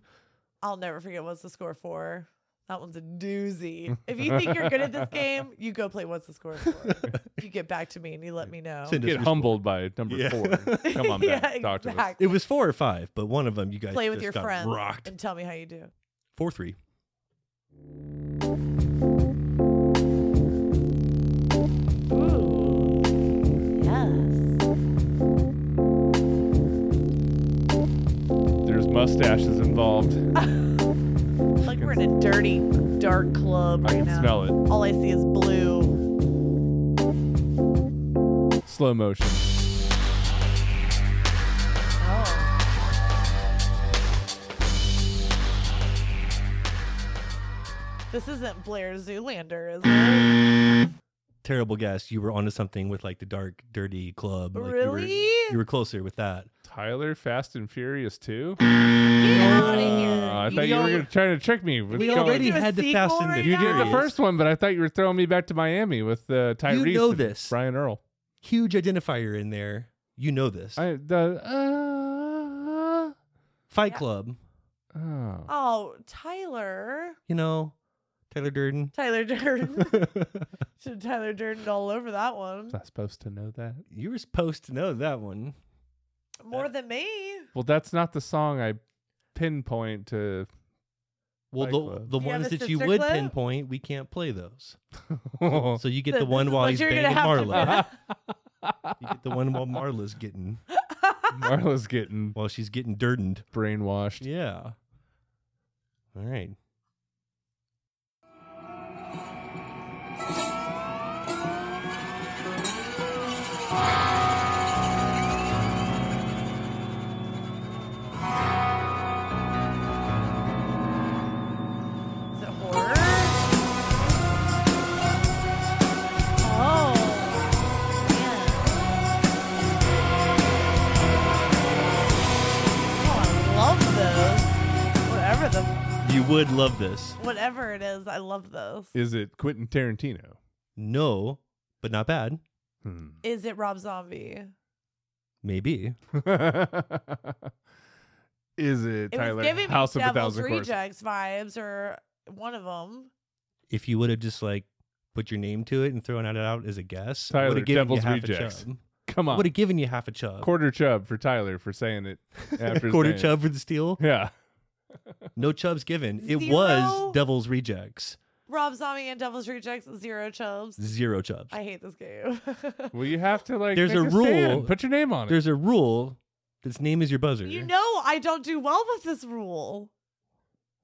I'll never forget what's the score for. That one's a doozy. If you think you're good at this game, you go play what's the score for. you get back to me and you let me know. Send us get your- humbled by number Yeah. four. Come on yeah, back. Talk to us. exactly. It was four or five, but one of them you guys Play with just your got friends rocked. and tell me how you do. Four three. Yes. There's mustaches involved. Like we're in a dirty, dark club I right can now. smell it. All I see is blue. Slow motion. Oh. This isn't Blair Zoolander, is it? Terrible guess. You were onto something with like the dark, dirty club. Like, You were, really? you were closer with that. Tyler, Fast and Furious 2? Get out of here. I thought you were gonna- trying to trick me. With We going- already do a had the sequel Fast and the right You now? did the first one, but I thought you were throwing me back to Miami with uh, Tyrese. know and this. Brian Earl. huge identifier in there. You know this. I the Fight Yeah. Club. uh, oh. Oh, Tyler. You know, Tyler Durden. Tyler Durden. Should Tyler Durden all over that one. Was I supposed to know that? You were supposed to know that one. More than me. Well, that's not the song I pinpoint to. Well, Fight the, Club. the Do you have ones a that you sister would clip? pinpoint, we can't play those. So you get Th- the this one is while what he's you're gonna banging have to Marla. do. You get the one while Marla's getting Marla's getting while she's getting dirtened. brainwashed. Yeah. All right. Is it horror? Oh. man. Oh, I love those. Whatever the You would love this. whatever it is, I love those. Is it Quentin Tarantino? No, but not bad. Hmm. Is it Rob Zombie? Maybe. Is it, It Tyler was giving me House of a Devil's Thousand Corpses? Rejects vibes, or one of them. If you would have just like put your name to it and thrown it out as a guess, I Tyler, would have given Devil's you half Rejects. a chub. Come on, Would have given you half a chub. quarter chub for Tyler for saying it after his Quarter name. chub for the steal. Yeah. No chubs given. It was Zero? Devil's Rejects. Rob Zombie and Devil's Rejects, zero chubs. Zero chubs. I hate this game. Well, you have to like. There's make a stand. rule. Put your name on it. There's a rule. This name is your buzzer. you know I don't do well with this rule.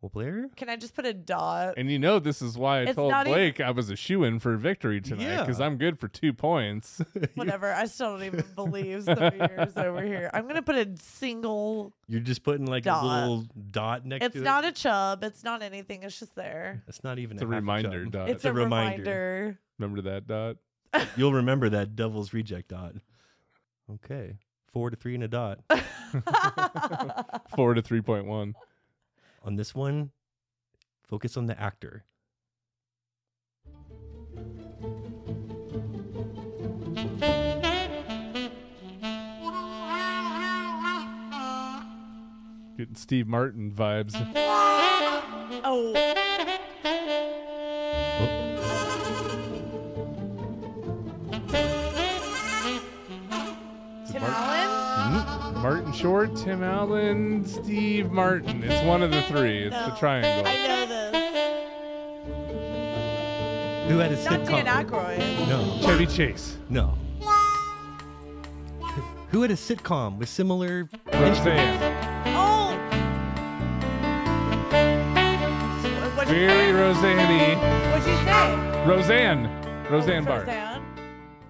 Well, Blair? Can I just put a dot? And you know this is why I It's told not even- Blake I was a shoe in for victory tonight Yeah. because I'm good for two points. Whatever. I still don't even believe the years over here. I'm gonna put a single. You're just putting like Dot. a little dot next It's to not it. a chub. It's not anything. It's just there. It's not even It's a half reminder chub. dot. It's, a, reminder. Remember that dot? You'll remember that Devil's Reject dot. Okay. Four to three and a dot. Four to three point one. On this one, focus on the actor. Getting Steve Martin vibes. oh, Oh, Tim Allen. Martin Short, Tim Allen, Steve Martin. It's one of the three. It's the No. triangle. I know this. Who had a Not Dan sitcom? Aykroyd. No, Chevy Chase. no. Who had a sitcom with similar? Roseanne. Oh. What did you Very say? Roseanne What'd you say? Roseanne. Roseanne Barr. Roseanne.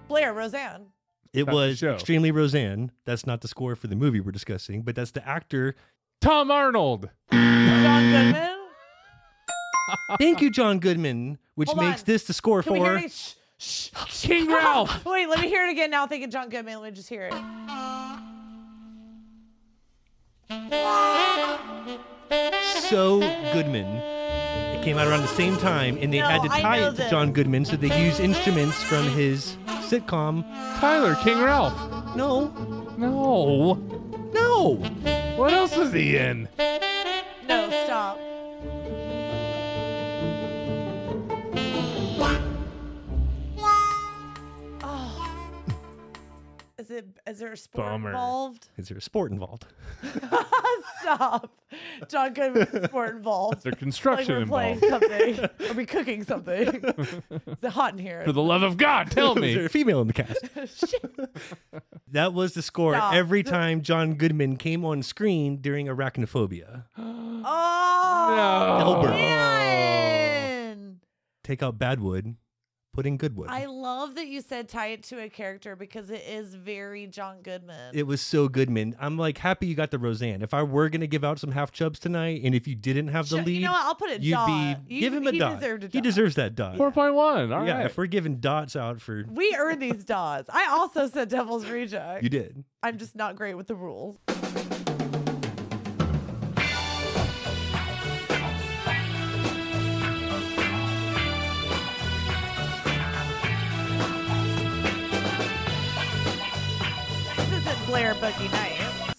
Blair. Roseanne. It the was show. extremely Roseanne. That's not the score for the movie we're discussing, but that's the actor. Tom Arnold. John Goodman. Thank you, John Goodman, which Hold makes on. this the score Can we hear for. it? Shh, shh. King Ralph. Wait, let me hear it again now. Thinking John Goodman. Let me just hear it. So Goodman. It came out around the same time, and they No, had to I tie know it to this. John Goodman, so they used instruments from his sitcom. Tyler, King Ralph. No, No. no. What else is he in? No, stop. Oh. Is it? Is there a sport Bummer. involved? Is there a sport involved? Stop. John Goodman sport involved. There's Like construction we're playing involved. something. Are we cooking something? Is it hot in here? For the love of God, tell Is there me. a female in the cast? that was the score Stop. every time John Goodman came on screen during Arachnophobia. oh No. Elbert. man. Take out Badwood, put in Goodwood. I love that you said tie it to a character because it is very John Goodman. it was so Goodman. I'm like happy you got the Roseanne. If I were gonna give out some half chubs tonight, and if you didn't have the Sure, lead, You know what? I'll put it. you'd dot. be You- give him a he dot. Deserved a dot. He deserves that dot. 4.1. All right. yeah, if we're giving dots out for We earn these dots. I also said Devil's Reject. you did. I'm just not great with the rules. This isn't Blair Boogie Nights.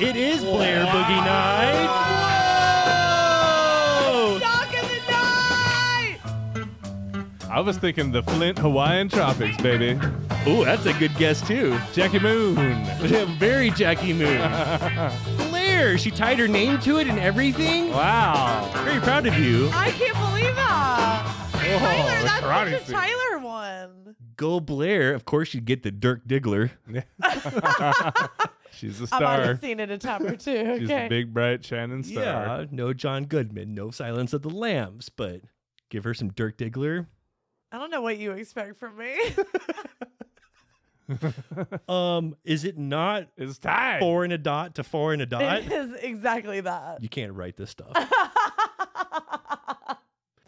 It is Blair Boogie Night. Dog of the night! I was thinking the Flint Hawaiian Tropics, baby. Ooh, that's a good guess too. Jackie Moon. Very Jackie Moon. Blair, she tied her name to it and Oh. everything. Wow. Very proud of you. I can't believe that. Tyler, Oh, the that's karate such a scene. Tyler one. Go Blair. Of course, you get the Dirk Diggler. She's a I might star. have seen it a time or two. Okay. She's a big, bright Shannon star. Yeah, no John Goodman, no Silence of the Lambs, but give her some Dirk Diggler. I don't know what you expect from me. Um, is it not It's tied. four and a dot to four and a dot? it is exactly that. you can't write this stuff.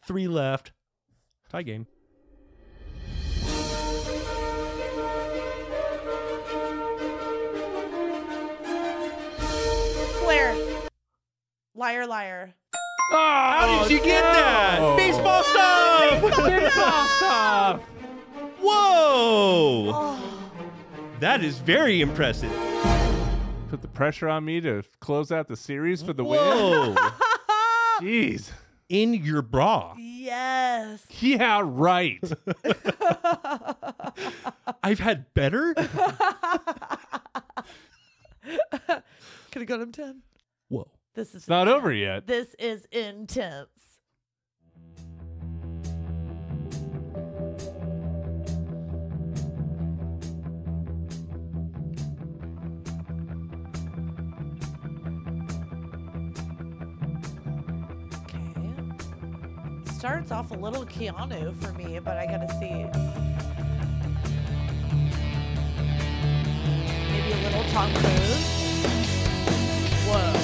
Three left. Tie game. Blair. Liar, liar. Oh, How Did you get that? Oh. Baseball stuff! Baseball stuff. Whoa! That is very impressive. Put the pressure on me to close out the series for the Whoa! win. Jeez. In your bra. Yes. Yeah, right. I've had better? Could have got him 10. Whoa. This is It's not over yet. This is intense. Okay. Starts off a little Keanu for me, but I gotta see. Maybe a little Tom Cruise. Whoa.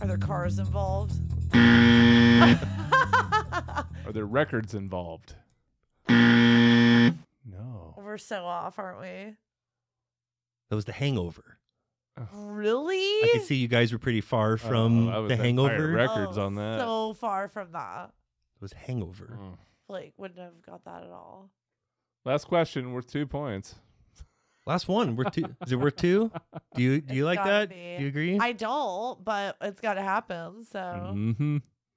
Are there cars involved? Are there records involved? No. We're so off, aren't we? That was the hangover. I Really? could see you guys were pretty far from Oh, I was the at hangover. Pirate records Oh, on that. So far from that. It was hangover. Mm. Like, wouldn't have got that at all. Last question worth two points. Last one. We're two. Is it worth two? Do you do you It's like gotta that? be. Do you agree? I don't, but it's got to happen. So Mm-hmm.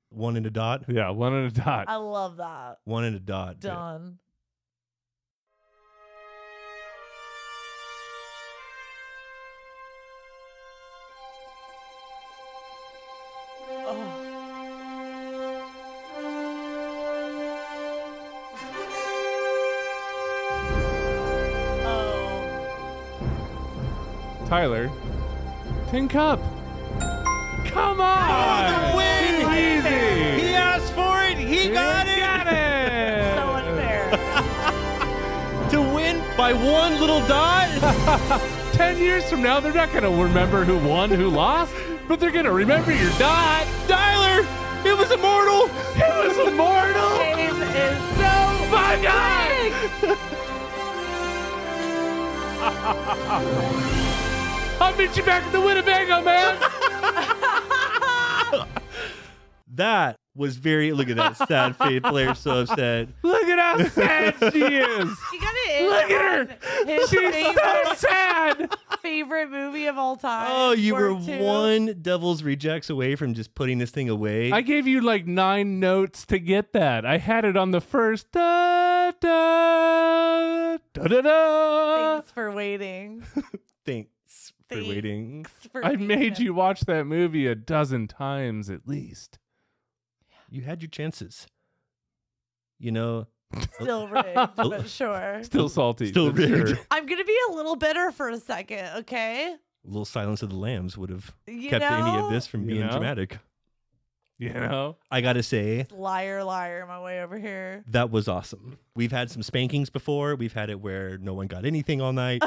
One in a dot. Yeah, one and a dot. I love that. One in a dot. Yeah. Done. Oh, oh. Tyler, Tin Cup. Come on! win! Too easy. He asked for it. He got it. Got it. so unfair. To win by one little dot. Ten years from now, they're not gonna remember who won, who lost, but they're gonna remember your dot. Tyler, it was immortal. It was immortal. Game is Oh my God! I'll meet you back at the Winnebago, man. That was very. Look at that sad face. Blair so upset. Look at how sad she is. You gotta end Look at on His She's so favorite, sad. favorite movie of all time. Oh, you Or were two. one devil's rejects away from just putting this thing away. I gave you like nine notes to get that. I had it on the first. Da, da, da, da, da. Thanks for waiting. Thanks for Thanks. waiting. For I being made a- you watch that movie a dozen times at least. You had your chances. You know, still rigged, but sure. Still salty. Still but sure. rigged. I'm gonna be a little bitter for a second, okay? little Silence of the Lambs would have You kept know, any of this from You being know? dramatic. You know? I gotta say, liar, liar, my way over here. that was awesome. We've had some spankings before. We've had it where no one got anything all night.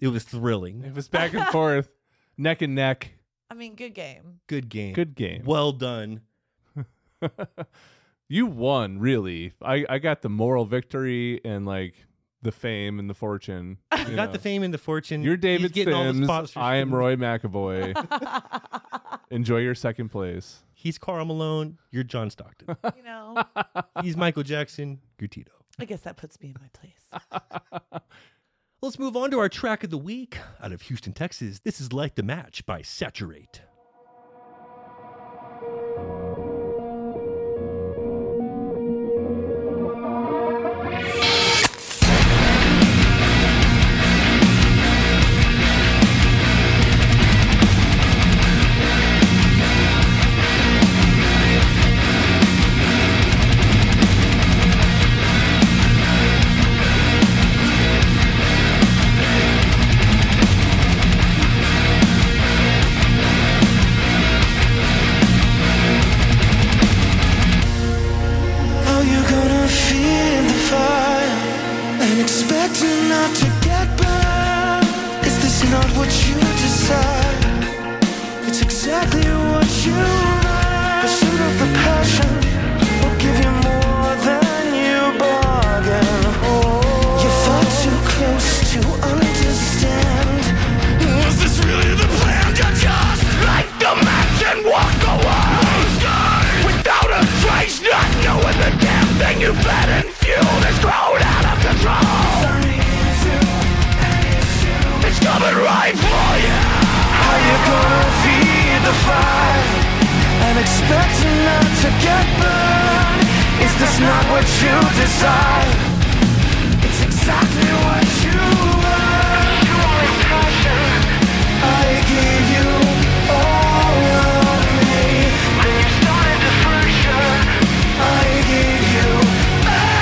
it was thrilling. It was back and forth, neck and neck. I mean, good game. Good game. Good game. Well done. you won, really. I, I got the moral victory and like the fame and the fortune. You You got the fame and the fortune. You're He's David getting all the Sims. sponsors. I am Roy McAvoy. Enjoy your second place. He's Carl Malone. You're John Stockton. You know, He's Michael Jackson. You're Tito. I guess that puts me in my place. Let's move on to our track of the week out of Houston, Texas. This is Light the Match by Saturate. Are you gonna feel the fire and expect it not to get burned? Is this not what you decide? It's exactly what you want. Pursuit of the passion will give you more than you bargain for. You're far too close to understand. Was this really the plan to just light the match and walk away? Without a trace, not knowing the damn thing you've fed and fueled has grown out of control. It's coming right for you. How you gonna feed the fire and expect it not to get burned? Is this not what you desire? It's exactly what you are. You are a passion. I gave you all of me. When you started to fracture, I gave you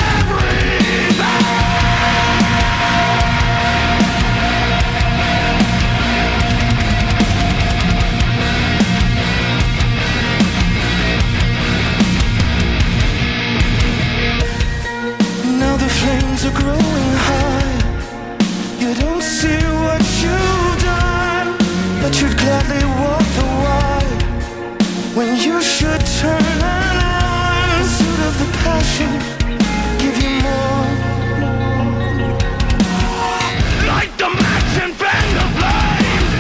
everything. Now the flames are growing high. You don't see what you've done, but you'd gladly walk the wide when you should turn and on. Suit of the passion, give you more. Light the match and bend the flame.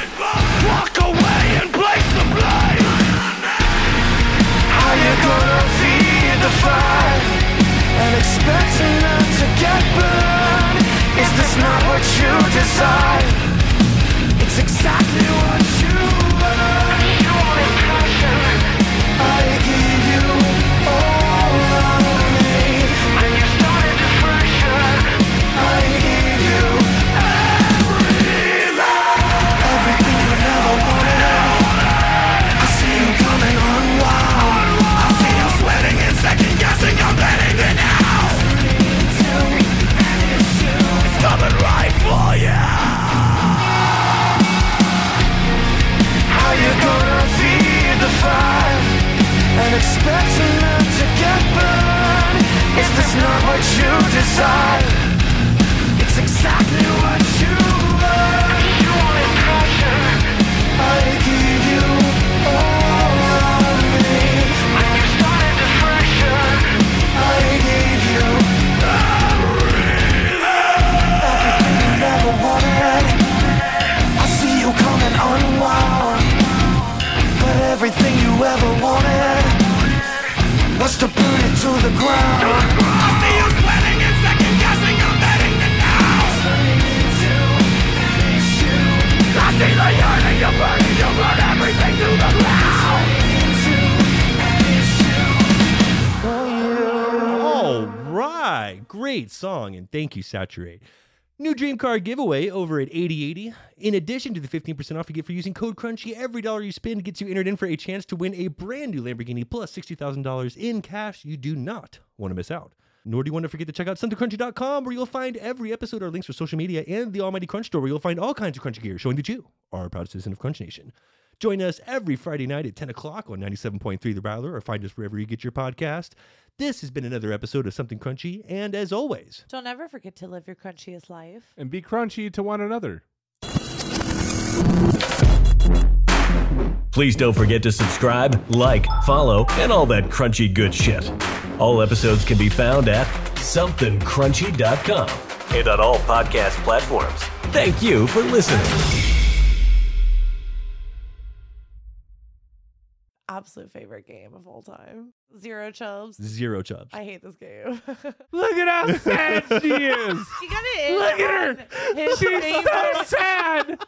Walk away and place the blame. How you gonna feed the fire? and expecting not to get burned. Is this not what you desire? It's exactly what you earn. I Great song, and thank you, Saturate. New dream car giveaway over at 8080. In addition to the 15% off you get for using code Crunchy, every dollar you spend gets you entered in for a chance to win a brand new Lamborghini plus $60,000 in cash. You do not want to miss out. Nor do you want to forget to check out somethingcrunchy.com where you'll find every episode, our links for social media, and the Almighty Crunch Store where you'll find all kinds of crunchy gear showing that you are a proud citizen of Crunch Nation. Join us every Friday night at 10 o'clock on 97.3 The Rattler or find us wherever you get your podcast. This has been another episode of Something Crunchy, and as always, Don't ever forget to live your crunchiest life. And be crunchy to one another. Please don't forget to subscribe, like, follow, and all that crunchy good shit. All episodes can be found at somethingcrunchy.com and on all podcast platforms. Thank you for listening. Absolute favorite game of all time. Zero chubs. zero chubs. I hate this game. you got Look at how sad she is. it. Look at her. His She's so favorite- sad.